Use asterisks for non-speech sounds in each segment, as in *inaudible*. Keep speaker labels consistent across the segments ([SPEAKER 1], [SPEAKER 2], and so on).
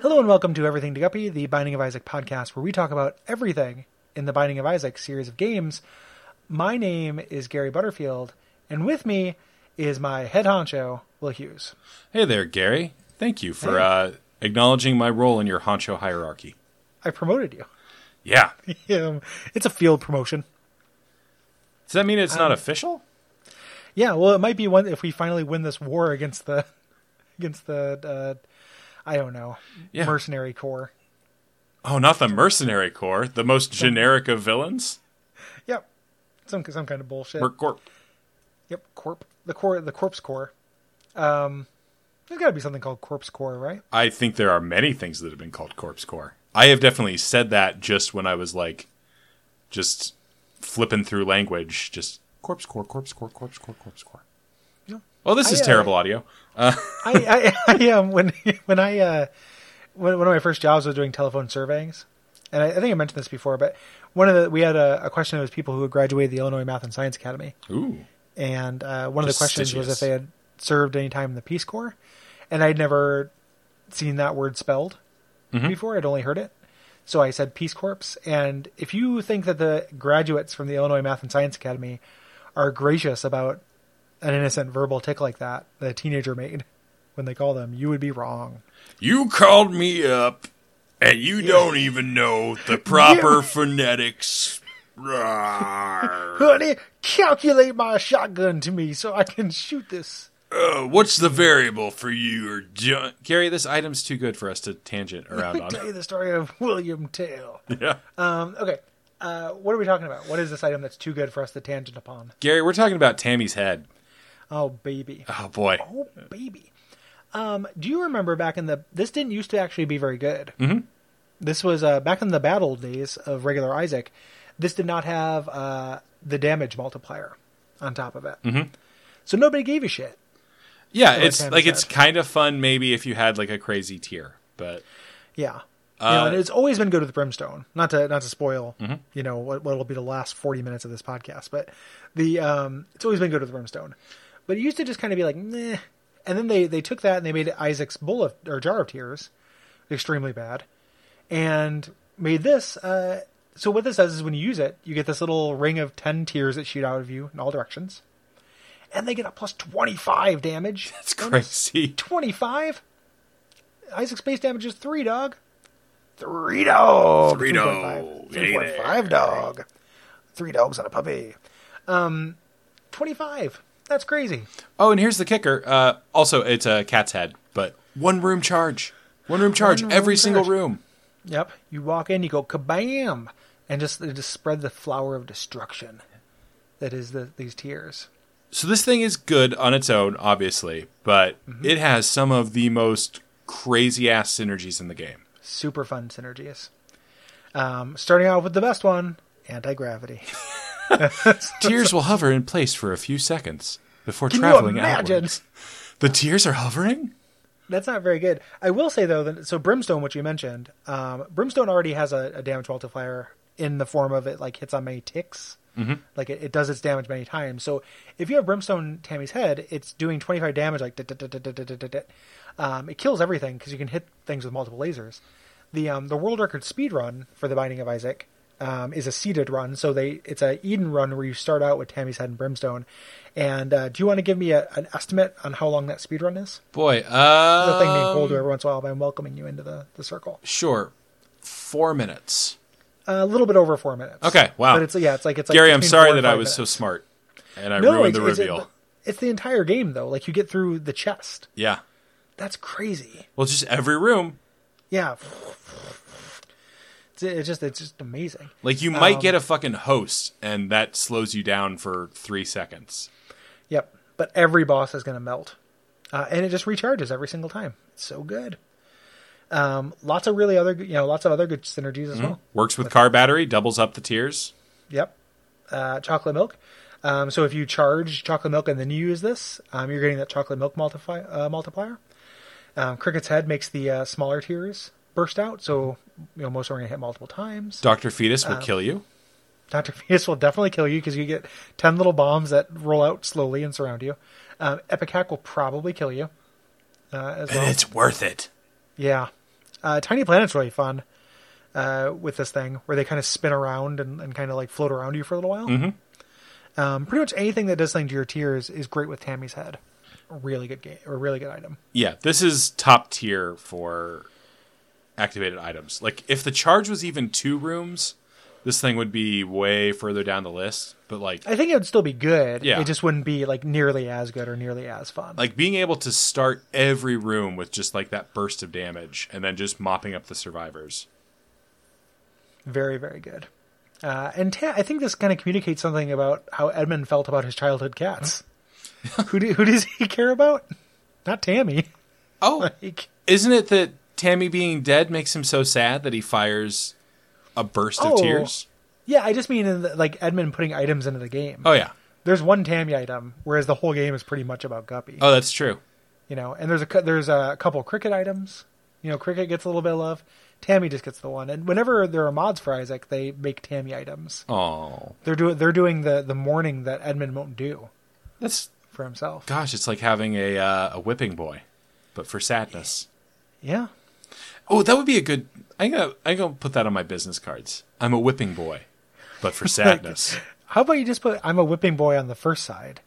[SPEAKER 1] Hello and welcome to Everything to Guppy, the Binding of Isaac podcast, where we talk about everything in the Binding of Isaac series of games. My name is Gary Butterfield, and with me is my head honcho, Will Hughes.
[SPEAKER 2] Hey there, Gary. Thank you for uh, acknowledging my role in your honcho hierarchy.
[SPEAKER 1] I promoted you.
[SPEAKER 2] Yeah.
[SPEAKER 1] *laughs*
[SPEAKER 2] Does
[SPEAKER 1] Um, it's a field promotion.
[SPEAKER 2] that mean
[SPEAKER 1] Um,
[SPEAKER 2] it's not official?
[SPEAKER 1] Yeah, well, it might be one if we finally win this war against the *laughs* against the uh, I don't know
[SPEAKER 2] Yeah.
[SPEAKER 1] mercenary corps.
[SPEAKER 2] Oh, not the mercenary corps, the most generic of villains.
[SPEAKER 1] Yep, some some kind of bullshit.
[SPEAKER 2] Merc Corp.
[SPEAKER 1] Yep, corp the core the corpse corps. Um, there's got to be something called corpse corps, right?
[SPEAKER 2] I think there are many things that have been called corpse corps. I have definitely said that just when I was like, just flipping through language, just corpse corps, corpse corps, corpse corps, corpse corps.
[SPEAKER 1] Yeah.
[SPEAKER 2] Well, this
[SPEAKER 1] I,
[SPEAKER 2] is
[SPEAKER 1] uh,
[SPEAKER 2] terrible audio.
[SPEAKER 1] I, I, *laughs* I um, when when I uh, when one of my first jobs was doing telephone surveyings, and I, I think I mentioned this before, but one of the we had a, a question that was people who had graduated the Illinois Math and Science Academy,
[SPEAKER 2] Ooh.
[SPEAKER 1] and uh, one of the questions was
[SPEAKER 2] Prestigious.
[SPEAKER 1] if they had served any time in the Peace Corps, and I'd never seen that word spelled before; I'd only heard it. So I said Peace Corps, and if you think that the graduates from the Illinois Math and Science Academy are gracious about an innocent verbal tick like that that a teenager made when they call them, you would be wrong.
[SPEAKER 2] You called me up, and you don't even know the proper phonetics. Rawr.
[SPEAKER 1] Honey, calculate my shotgun to me so I can shoot this.
[SPEAKER 2] Uh, what's the variable for you or John? Gary, this item's too good for us to tangent around
[SPEAKER 1] Let me tell you the story of William Tell.
[SPEAKER 2] *laughs* yeah.
[SPEAKER 1] Um, okay, uh, what are we talking about? What is this item that's too good for us to tangent upon?
[SPEAKER 2] Gary, we're talking about Tammy's head.
[SPEAKER 1] Oh, baby.
[SPEAKER 2] Oh boy.
[SPEAKER 1] Oh, baby. Um, do you remember back in the. This didn't used to actually be very good. Mm-hmm. This was uh, back in the bad old days of regular Isaac. This did not have uh, the damage multiplier on top of it. Mm-hmm. So nobody gave a shit.
[SPEAKER 2] Yeah, it's like
[SPEAKER 1] Tammy's
[SPEAKER 2] it's kind of fun maybe if you had like a crazy tier, but
[SPEAKER 1] Yeah. You know, and it's always been good with Brimstone. Not to not to spoil, you know, what what'll be the last forty minutes of this podcast, but the um, it's always been good with Brimstone. But it used to just kind of be like, meh. And then they they took that and they made Isaac's bowl of or jar of tears extremely bad, and made this. Uh, so what this does is when you use it, you get this little ring of ten tears that shoot out of you in all directions, and they get a plus twenty five damage.
[SPEAKER 2] *laughs* it's crazy.
[SPEAKER 1] 25? Isaac's base damage is 3, dog. 3 dog.
[SPEAKER 2] Three dog.
[SPEAKER 1] 3.5. 3.5 dog. 3 dogs and a puppy. Um 25. That's crazy.
[SPEAKER 2] Oh, and here's the kicker. Uh, also, it's a cat's head, but one room charge. One room charge
[SPEAKER 1] One room
[SPEAKER 2] every single
[SPEAKER 1] charge.
[SPEAKER 2] room.
[SPEAKER 1] Yep. You walk in, you go kabam and just they just spread the flower of destruction that is the, these tears.
[SPEAKER 2] So this thing is good on its own, obviously, but
[SPEAKER 1] Mm-hmm.
[SPEAKER 2] it has some of the most crazy ass synergies in the game.
[SPEAKER 1] Super fun synergies. Um, starting out with the best one, anti-gravity.
[SPEAKER 2] Tears will hover in place for a few seconds before
[SPEAKER 1] Can you
[SPEAKER 2] *laughs* traveling
[SPEAKER 1] imagine?
[SPEAKER 2] outwards. The tears are hovering?
[SPEAKER 1] That's not very good. I will say though that so brimstone, which you mentioned, um, brimstone already has a, a damage multiplier in the form of it like hits on many ticks, mm-hmm. like it, it does its damage many times. So if you have brimstone Tammy's head, it's doing twenty five damage like dit, dit, dit, dit, dit, dit, dit, dit, dit. um, it kills everything because you can hit things with multiple lasers. The um, the world record speed run for the Binding of Isaac um, is a seeded run, so they it's a Eden run where you start out with Tammy's head and brimstone. And uh, do you want to give me a, an estimate on how long that speed run is?
[SPEAKER 2] Boy, uh
[SPEAKER 1] the thing being cold every once in a while, but I'm welcoming you into the, the circle. Uh,
[SPEAKER 2] sure. Four minutes.
[SPEAKER 1] a little bit over four minutes.
[SPEAKER 2] Okay, wow.
[SPEAKER 1] But it's yeah, it's like it's like
[SPEAKER 2] Gary, I'm
[SPEAKER 1] between
[SPEAKER 2] sorry
[SPEAKER 1] four and
[SPEAKER 2] that I
[SPEAKER 1] five
[SPEAKER 2] was so
[SPEAKER 1] minutes.
[SPEAKER 2] smart. And I
[SPEAKER 1] no,
[SPEAKER 2] ruined
[SPEAKER 1] it's,
[SPEAKER 2] the
[SPEAKER 1] it's-
[SPEAKER 2] reveal.
[SPEAKER 1] it's the entire game though. Like you get through the chest.
[SPEAKER 2] yeah.
[SPEAKER 1] That's crazy.
[SPEAKER 2] Well, just every room.
[SPEAKER 1] Yeah. It's, it's just it's just amazing.
[SPEAKER 2] Like you might
[SPEAKER 1] Um,
[SPEAKER 2] get a fucking host and that slows you down for 3 seconds.
[SPEAKER 1] Yep. But every boss is going to melt. Uh, and it just recharges every single time. It's so good. Um, lots of really other, good- you know, lots of other good synergies
[SPEAKER 2] Mm-hmm.
[SPEAKER 1] as well.
[SPEAKER 2] Works with car battery, doubles up the tears.
[SPEAKER 1] Yep. Uh, chocolate milk. Um, so if you charge chocolate milk and then you use this, um, you're getting that chocolate milk multiply, uh, multiplier. Um, Cricket's head makes the uh, smaller tears burst out, so you know most are going to hit multiple times.
[SPEAKER 2] Dr. Fetus will kill you.
[SPEAKER 1] Doctor *laughs* Venus will definitely kill you because you get ten little bombs that roll out slowly and surround you. Um, Epicac will probably kill you uh, as well.
[SPEAKER 2] It's worth it.
[SPEAKER 1] Yeah. Uh, Tiny Planet's really fun uh, with this thing where they kind of spin around and, and kind of like float around you for a little while.
[SPEAKER 2] Mm-hmm.
[SPEAKER 1] Um, pretty much anything that does something to your tears is great with Tammy's head. A really good game, or really good item.
[SPEAKER 2] Yeah, this is top tier for activated items. Like if the charge was even two rooms, this thing would be way further down the list. But like
[SPEAKER 1] I think it would still be good.
[SPEAKER 2] Yeah.
[SPEAKER 1] It just wouldn't be like nearly as good or nearly as fun.
[SPEAKER 2] like being able to start every room with just like that burst of damage and then just mopping up the survivors.
[SPEAKER 1] very very good uh, and ta- i think this kind of communicates something about how edmund felt about his childhood cats who, do, who does he care about not tammy *laughs*
[SPEAKER 2] Oh,
[SPEAKER 1] like
[SPEAKER 2] *laughs* isn't it that Tammy being dead makes him so sad that he fires a burst
[SPEAKER 1] Oh.
[SPEAKER 2] of tears?
[SPEAKER 1] yeah i just mean in the, like edmund putting items into the game
[SPEAKER 2] Oh yeah.
[SPEAKER 1] there's one tammy item whereas the whole game is pretty much about guppy
[SPEAKER 2] Oh, that's true.
[SPEAKER 1] you know and there's a cou- there's a couple cricket items you know cricket gets a little bit of love tammy just gets the one and whenever there are mods for isaac they make tammy items
[SPEAKER 2] Oh,
[SPEAKER 1] they're doing they're doing the the mourning that edmund won't do
[SPEAKER 2] that's
[SPEAKER 1] for himself
[SPEAKER 2] gosh. It's like having a uh, a whipping boy, but for sadness.
[SPEAKER 1] yeah
[SPEAKER 2] Oh, that would be a good. I'm gonna I'm gonna put that on my business cards. I'm a whipping boy, but *laughs* for sadness.
[SPEAKER 1] How about you just put I'm a whipping boy on the first side,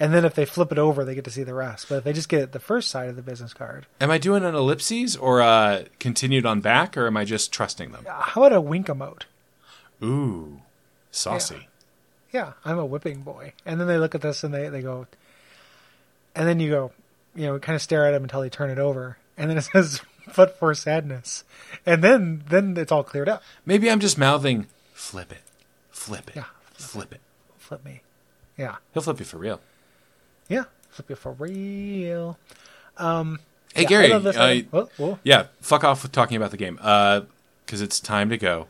[SPEAKER 1] and then if they flip it over, they get to see the rest. But if they just get the first side of the business card,
[SPEAKER 2] am I doing an ellipses or uh, continued on back, or am I just trusting them?
[SPEAKER 1] how about a wink emote?
[SPEAKER 2] Ooh, saucy.
[SPEAKER 1] Yeah, I'm a whipping boy. And then they look at this and they, they go, and then you go, you know, kind of stare at them until they turn it over, and then it *laughs* says but for sadness, and then then it's all cleared up.
[SPEAKER 2] Maybe I'm just mouthing flip it, flip it,
[SPEAKER 1] Yeah.
[SPEAKER 2] flip it.
[SPEAKER 1] Flip me, yeah,
[SPEAKER 2] He'll flip you for real.
[SPEAKER 1] yeah, flip you for real.
[SPEAKER 2] Hey
[SPEAKER 1] Yeah, I
[SPEAKER 2] Gary,
[SPEAKER 1] love this
[SPEAKER 2] uh,
[SPEAKER 1] item. Whoa, whoa.
[SPEAKER 2] yeah, fuck off with talking about the game, because it's time to go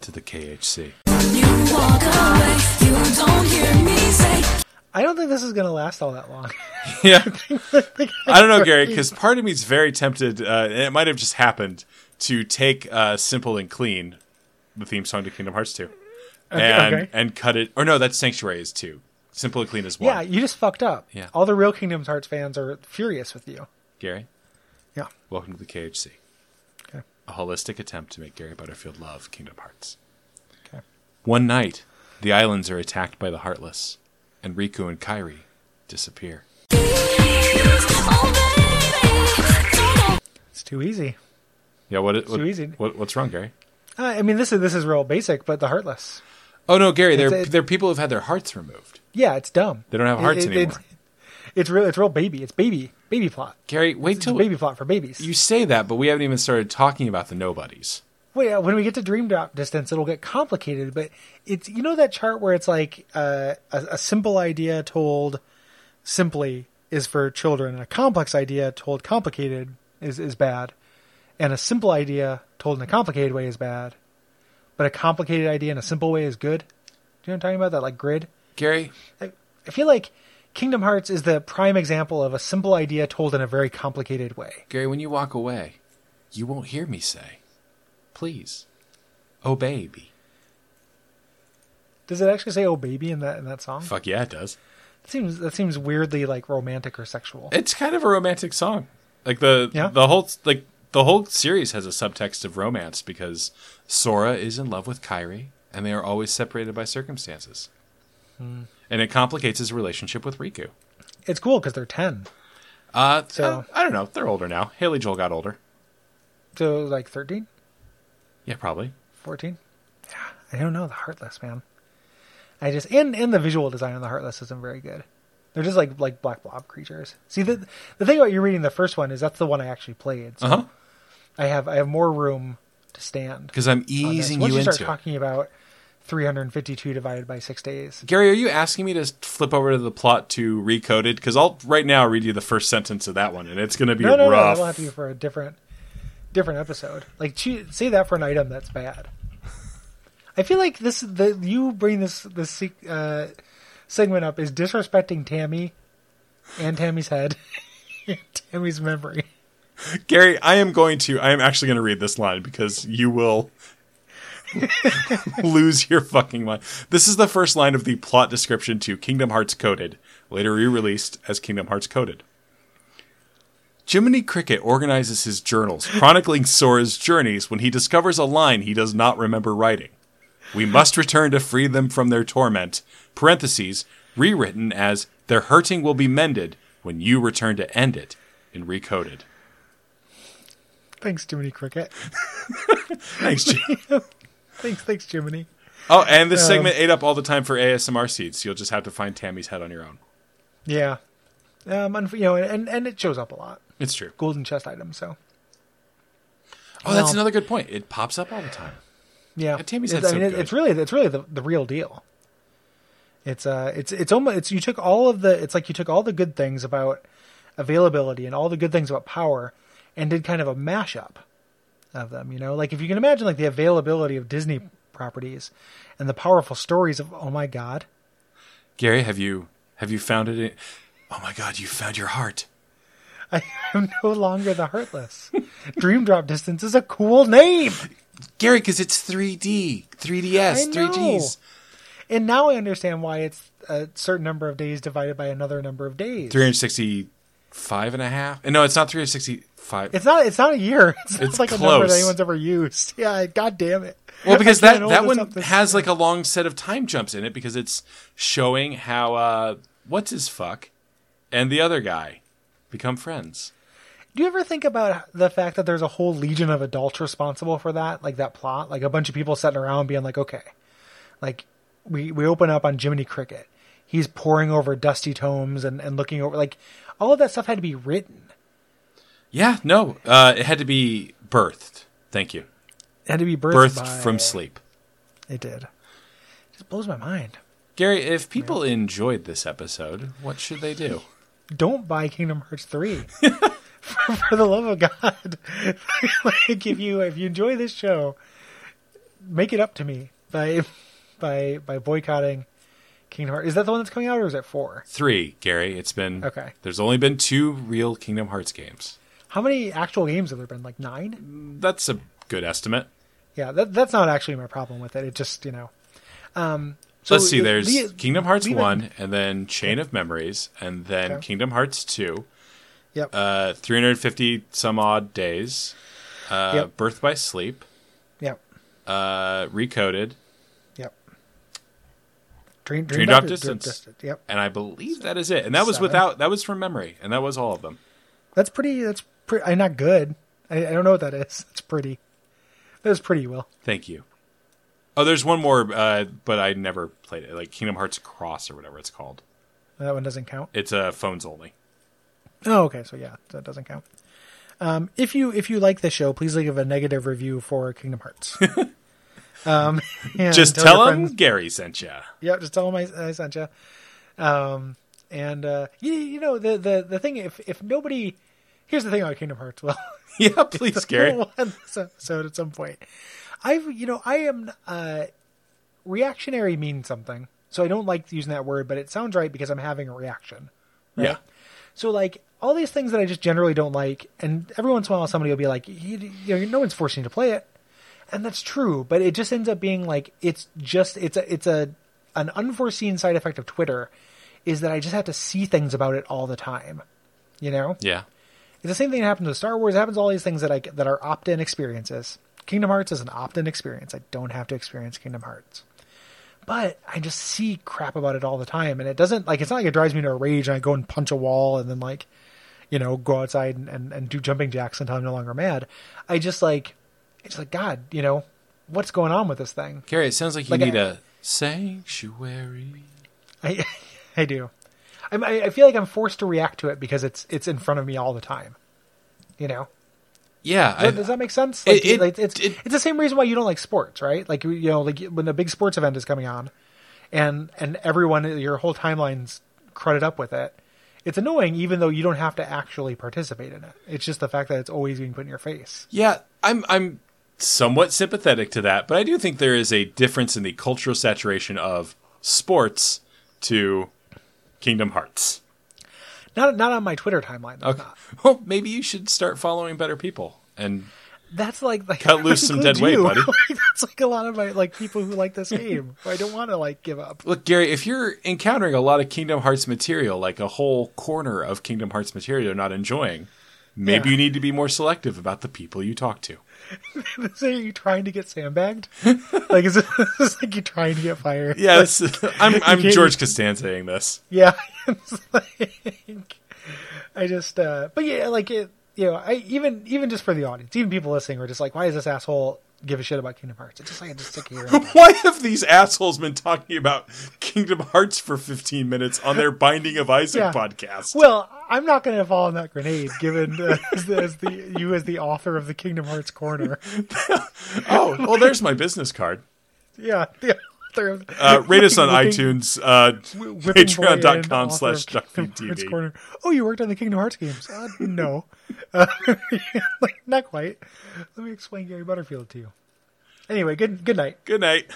[SPEAKER 2] to the KHC.
[SPEAKER 3] You walk away, you don't hear me say
[SPEAKER 1] I don't think this is gonna last all that *laughs* long.
[SPEAKER 2] yeah. *laughs* I don't know, Gary, because part of me's very tempted, uh, and it might have just happened, to take uh, Simple and Clean, the theme song to Kingdom Hearts 2, and,
[SPEAKER 1] okay.
[SPEAKER 2] and cut it. Or no, that's Sanctuary is 2. Simple and Clean is 1.
[SPEAKER 1] yeah, you just fucked up.
[SPEAKER 2] Yeah.
[SPEAKER 1] all the real Kingdom Hearts fans are furious with you.
[SPEAKER 2] Gary,
[SPEAKER 1] Yeah.
[SPEAKER 2] welcome to the KHC.
[SPEAKER 1] Okay.
[SPEAKER 2] A holistic attempt to make Gary Butterfield love Kingdom Hearts.
[SPEAKER 1] Okay.
[SPEAKER 2] One night, the islands are attacked by the Heartless, and Riku and Kairi disappear.
[SPEAKER 3] please, oh baby, don't
[SPEAKER 1] It's too easy.
[SPEAKER 2] Yeah, what, what,
[SPEAKER 1] too easy.
[SPEAKER 2] what what's wrong, Gary?
[SPEAKER 1] Uh, I mean, this is this is real basic, but the heartless.
[SPEAKER 2] Oh no, Gary, they're,
[SPEAKER 1] It's a-
[SPEAKER 2] they're people who've had their hearts removed.
[SPEAKER 1] Yeah, it's dumb.
[SPEAKER 2] They don't have hearts anymore.
[SPEAKER 1] It's, it's real. It's real baby. It's baby baby plot.
[SPEAKER 2] Gary, wait
[SPEAKER 1] It's a
[SPEAKER 2] till
[SPEAKER 1] baby plot for babies.
[SPEAKER 2] Oh, you say that, but we haven't even started talking about the nobodies.
[SPEAKER 1] Wait, uh, when we get to dream drop distance, it'll get complicated. But it's you know that chart where it's like uh, a, a simple idea told simply is for children, and a complex idea told complicated is is bad, and a simple idea told in a complicated way is bad, but a complicated idea in a simple way is good. Do you know what I'm talking about? That like grid.
[SPEAKER 2] Gary,
[SPEAKER 1] I I feel like Kingdom Hearts is the prime example of a simple idea told in a very complicated way.
[SPEAKER 2] Gary, when you walk away, you won't hear me say, "Please, oh baby."
[SPEAKER 1] Does it actually say "Oh baby" in that in that song?
[SPEAKER 2] Fuck yeah, it does.
[SPEAKER 1] That seems that seems weirdly like romantic or sexual.
[SPEAKER 2] It's kind of a romantic song. Like the
[SPEAKER 1] Yeah.
[SPEAKER 2] the whole like the whole series has a subtext of romance because Sora is in love with Kairi, and they are always separated by circumstances.
[SPEAKER 1] Hmm.
[SPEAKER 2] And it complicates his relationship with Riku.
[SPEAKER 1] It's cool because they're ten,
[SPEAKER 2] Uh,
[SPEAKER 1] So-
[SPEAKER 2] I, I don't know. They're older now. Haley Joel got older.
[SPEAKER 1] so like 13,
[SPEAKER 2] Yeah, probably.
[SPEAKER 1] 14? Yeah, I don't know the Heartless man. I just and and the visual design on the Heartless isn't very good. They're just like like black blob creatures. See the the thing about you reading the first one is that's the one I actually played. So
[SPEAKER 2] Uh huh.
[SPEAKER 1] I have I have more room to stand.
[SPEAKER 2] Because I'm
[SPEAKER 1] on this.
[SPEAKER 2] easing
[SPEAKER 1] Oh, Once
[SPEAKER 2] you
[SPEAKER 1] you
[SPEAKER 2] into.
[SPEAKER 1] start
[SPEAKER 2] it.
[SPEAKER 1] talking about 352 divided by six days,
[SPEAKER 2] Gary, are you asking me to flip over to the plot to Recoded? Because I'll right now read you the first sentence of that one, and it's going to be
[SPEAKER 1] no, no,
[SPEAKER 2] rough.
[SPEAKER 1] no, that'll have to be for a different, different episode. Like, choo- say that for an item that's bad. I feel like this the you bring this this se- uh, segment up is disrespecting Tammy, and Tammy's head, *laughs* and Tammy's memory.
[SPEAKER 2] Gary, I am going to. I am actually going to read this line because you will lose your fucking mind. This is the first line of the plot description to Kingdom Hearts Coded, later re released as Kingdom Hearts Coded. Jiminy Cricket organizes his journals, chronicling Sora's journeys when he discovers a line he does not remember writing. We must return to free them from their torment. Parentheses, rewritten as their hurting will be mended when you return to end it and recoded.
[SPEAKER 1] Thanks, Jiminy Cricket.
[SPEAKER 2] Thanks, Jim.
[SPEAKER 1] Thanks, thanks, Jiminy.
[SPEAKER 2] *laughs* Oh, and
[SPEAKER 1] Um,
[SPEAKER 2] this segment ate up all the time for ASMR seeds. You'll just have to find Tammy's head on your own.
[SPEAKER 1] Yeah, um, and you know, and and it shows up a lot.
[SPEAKER 2] It's true.
[SPEAKER 1] Golden chest item. So
[SPEAKER 2] Oh, that's
[SPEAKER 1] Well-
[SPEAKER 2] another good point. It pops up all the time.
[SPEAKER 1] yeah,
[SPEAKER 2] And Tammy's
[SPEAKER 1] It's-
[SPEAKER 2] head's
[SPEAKER 1] I mean,
[SPEAKER 2] so
[SPEAKER 1] it-
[SPEAKER 2] good.
[SPEAKER 1] it's really it's really the, the real deal. It's uh, it's it's almost it's you took all of the it's like you took all the good things about availability and all the good things about power, and did kind of a mashup of them. You know, like if you can imagine like the availability of Disney properties and the powerful stories of oh my god, *laughs*
[SPEAKER 2] Gary, have you have you found it? In- oh my God, you found your heart.
[SPEAKER 1] I am no longer the
[SPEAKER 2] *laughs*
[SPEAKER 1] heartless. Dream Drop Distance is a cool name.
[SPEAKER 2] Gary, because it's 3D, 3DS,
[SPEAKER 1] I know.
[SPEAKER 2] 3Ds.
[SPEAKER 1] And now I understand why it's a certain number of days divided by another number of days.
[SPEAKER 2] 365 and a half. And no, it's not 365.
[SPEAKER 1] It's not. It's not a year. *laughs* It's,
[SPEAKER 2] It's
[SPEAKER 1] it's like a number
[SPEAKER 2] close.
[SPEAKER 1] that anyone's ever used. Yeah. God damn it.
[SPEAKER 2] well, because
[SPEAKER 1] I can't
[SPEAKER 2] that,
[SPEAKER 1] hold this
[SPEAKER 2] that one
[SPEAKER 1] up this-
[SPEAKER 2] has like a long set of time jumps in it because it's showing how, uh, what's his fuck and the other guy become friends.
[SPEAKER 1] Do you ever think about the fact that there's a whole legion of adults responsible for that, like that plot, like a bunch of people sitting around being like, okay, like we we open up on Jiminy Cricket. He's poring over dusty tomes and and looking over like all of that stuff had to be written.
[SPEAKER 2] Yeah, no, uh, it had to be birthed. Thank you.
[SPEAKER 1] It had to be birthed,
[SPEAKER 2] Birthed
[SPEAKER 1] by-
[SPEAKER 2] from sleep.
[SPEAKER 1] It did. It just blows my mind.
[SPEAKER 2] Gary, if people enjoyed this episode, what should they do?
[SPEAKER 1] don't buy Kingdom Hearts three. *laughs* for, for the love of God, *laughs* like if you if you enjoy this show, make it up to me by by by boycotting Kingdom Hearts. Is that the one that's coming out, or is it four?
[SPEAKER 2] Three, Gary. It's been
[SPEAKER 1] Okay.
[SPEAKER 2] There's only been two real Kingdom Hearts games.
[SPEAKER 1] How many actual games have there been? Like nine?
[SPEAKER 2] That's a good estimate.
[SPEAKER 1] Yeah, that, that's not actually my problem with it. It just you know. So
[SPEAKER 2] Let's see.
[SPEAKER 1] the-
[SPEAKER 2] There's
[SPEAKER 1] the-
[SPEAKER 2] Kingdom Hearts
[SPEAKER 1] leave it-
[SPEAKER 2] one, and then Chain of Memories, and then
[SPEAKER 1] Okay.
[SPEAKER 2] Kingdom Hearts two.
[SPEAKER 1] Yep.
[SPEAKER 2] Uh, 350 some odd days. Uh,
[SPEAKER 1] Yep.
[SPEAKER 2] Birth by Sleep.
[SPEAKER 1] yep.
[SPEAKER 2] Uh, recoded,
[SPEAKER 1] Yep. Dream,
[SPEAKER 2] Dream
[SPEAKER 1] dream,
[SPEAKER 2] Drop
[SPEAKER 1] Drop
[SPEAKER 2] Distance.
[SPEAKER 1] Distance. Yep.
[SPEAKER 2] and I believe that is it. And that was
[SPEAKER 1] Seven.
[SPEAKER 2] without. That was from memory, and that was all of them.
[SPEAKER 1] That's pretty. That's pretty. I'm not good. I, I don't know what that is. It's pretty. That was pretty. Will.
[SPEAKER 2] Thank you. Oh, there's one more, uh, but I never played it. Like Kingdom Hearts Cross or whatever it's called.
[SPEAKER 1] That one doesn't count.
[SPEAKER 2] It's uh, phones only.
[SPEAKER 1] Oh, okay. So yeah, that doesn't count. Um, if you if you like the show, please leave a negative review for Kingdom Hearts.
[SPEAKER 2] *laughs*
[SPEAKER 1] um, and
[SPEAKER 2] Just tell
[SPEAKER 1] your
[SPEAKER 2] them
[SPEAKER 1] friends-
[SPEAKER 2] Gary sent you.
[SPEAKER 1] Yeah, just tell them I, I sent you. Um, and uh, you, you know the, the the thing if if nobody here's the thing about Kingdom Hearts. *laughs* Well,
[SPEAKER 2] *laughs* Yeah, please,
[SPEAKER 1] *laughs*
[SPEAKER 2] Gary.
[SPEAKER 1] we'll end this episode at some point. I've you know I am uh, reactionary means something, so I don't like using that word, but it sounds right because I'm having a reaction.
[SPEAKER 2] Yeah.
[SPEAKER 1] So like all these things that I just generally don't like, and every once in a while somebody will be like, you, you know, no one's forcing you to play it, and that's true. But it just ends up being like it's just it's a it's a an unforeseen side effect of Twitter is that I just have to see things about it all the time. You know,
[SPEAKER 2] Yeah.
[SPEAKER 1] it's the same thing that happens with Star Wars. It happens to all these things that I that are opt-in experiences. Kingdom Hearts is an opt-in experience. I don't have to experience Kingdom Hearts. But I just see crap about it all the time, and it doesn't like it's not like it drives me into a rage and I go and punch a wall and then like, you know, go outside and, and, and do jumping jacks until I'm no longer mad. I just like it's like God, you know, what's going on with this thing? *laughs*
[SPEAKER 2] Gary, it sounds like you
[SPEAKER 1] Like
[SPEAKER 2] need
[SPEAKER 1] I-
[SPEAKER 2] a sanctuary.
[SPEAKER 1] I I do. I'm, I I feel like I'm forced to react to it because it's it's in front of me all the time. You know.
[SPEAKER 2] Yeah.
[SPEAKER 1] Does,
[SPEAKER 2] I-
[SPEAKER 1] does that make sense?
[SPEAKER 2] It-
[SPEAKER 1] Like,
[SPEAKER 2] it-
[SPEAKER 1] like, it's
[SPEAKER 2] it-
[SPEAKER 1] it's the same reason why you don't like sports, right? Like you- you know, like when a big sports event is coming on, and and everyone, your whole timeline's cruded up with it. It's annoying, even though you don't have to actually participate in it. It's just the fact that it's always being put in your face.
[SPEAKER 2] yeah, I'm I'm somewhat sympathetic to that, but I do think there is a difference in the cultural saturation of sports to Kingdom Hearts.
[SPEAKER 1] Not not on my Twitter timeline. Though,
[SPEAKER 2] Okay.
[SPEAKER 1] not.
[SPEAKER 2] *laughs* Well, maybe you should start following better people and
[SPEAKER 1] That's like, like
[SPEAKER 2] Cut
[SPEAKER 1] *laughs*
[SPEAKER 2] loose
[SPEAKER 1] that
[SPEAKER 2] some
[SPEAKER 1] includes
[SPEAKER 2] dead weight,
[SPEAKER 1] you.
[SPEAKER 2] buddy.
[SPEAKER 1] Like, that's like a lot of my like people who like this game. who I don't want to like give up. *laughs*
[SPEAKER 2] Look, Gary, if you're encountering a lot of Kingdom Hearts material, like a whole corner of Kingdom Hearts material you're not enjoying, Maybe
[SPEAKER 1] Yeah.
[SPEAKER 2] you need to be more selective about the people you talk to.
[SPEAKER 1] Is it, are you trying to get sandbagged? *laughs* like, is it it's like you're trying to get fired?
[SPEAKER 2] Yeah, this is- *laughs*
[SPEAKER 1] *laughs*
[SPEAKER 2] I'm, I'm
[SPEAKER 1] can't- e-
[SPEAKER 2] George Costanza saying this. *laughs*
[SPEAKER 1] Yeah. *laughs* It's like, I just, uh, but yeah, like it, you know, I even even just for the audience, even people listening are just like, why does this asshole give a shit about Kingdom Hearts? It's just like I just stick here.
[SPEAKER 2] *laughs*
[SPEAKER 1] and-
[SPEAKER 2] Why have these assholes been talking about Kingdom Hearts for 15 minutes on their Binding of Isaac
[SPEAKER 1] Yeah.
[SPEAKER 2] podcast?
[SPEAKER 1] Well, I'm not going to fall on that grenade, given uh, as, as the you as the author of the Kingdom Hearts
[SPEAKER 2] *laughs*
[SPEAKER 1] corner.
[SPEAKER 2] oh, well, there's my business card.
[SPEAKER 1] Yeah, the author of
[SPEAKER 2] Uh,
[SPEAKER 1] *laughs*
[SPEAKER 2] rate us on
[SPEAKER 1] Whipping-
[SPEAKER 2] iTunes, uh,
[SPEAKER 1] Whipping Boy and
[SPEAKER 2] patreon.com
[SPEAKER 1] author of
[SPEAKER 2] slash
[SPEAKER 1] Kingdom Hearts
[SPEAKER 2] duckfeedtv.
[SPEAKER 1] Corner. Oh, you worked on the Kingdom Hearts games? Uh, no, uh, *laughs* like, not quite. Let me explain Gary Butterfield to you. Anyway, good good night.
[SPEAKER 2] Good night.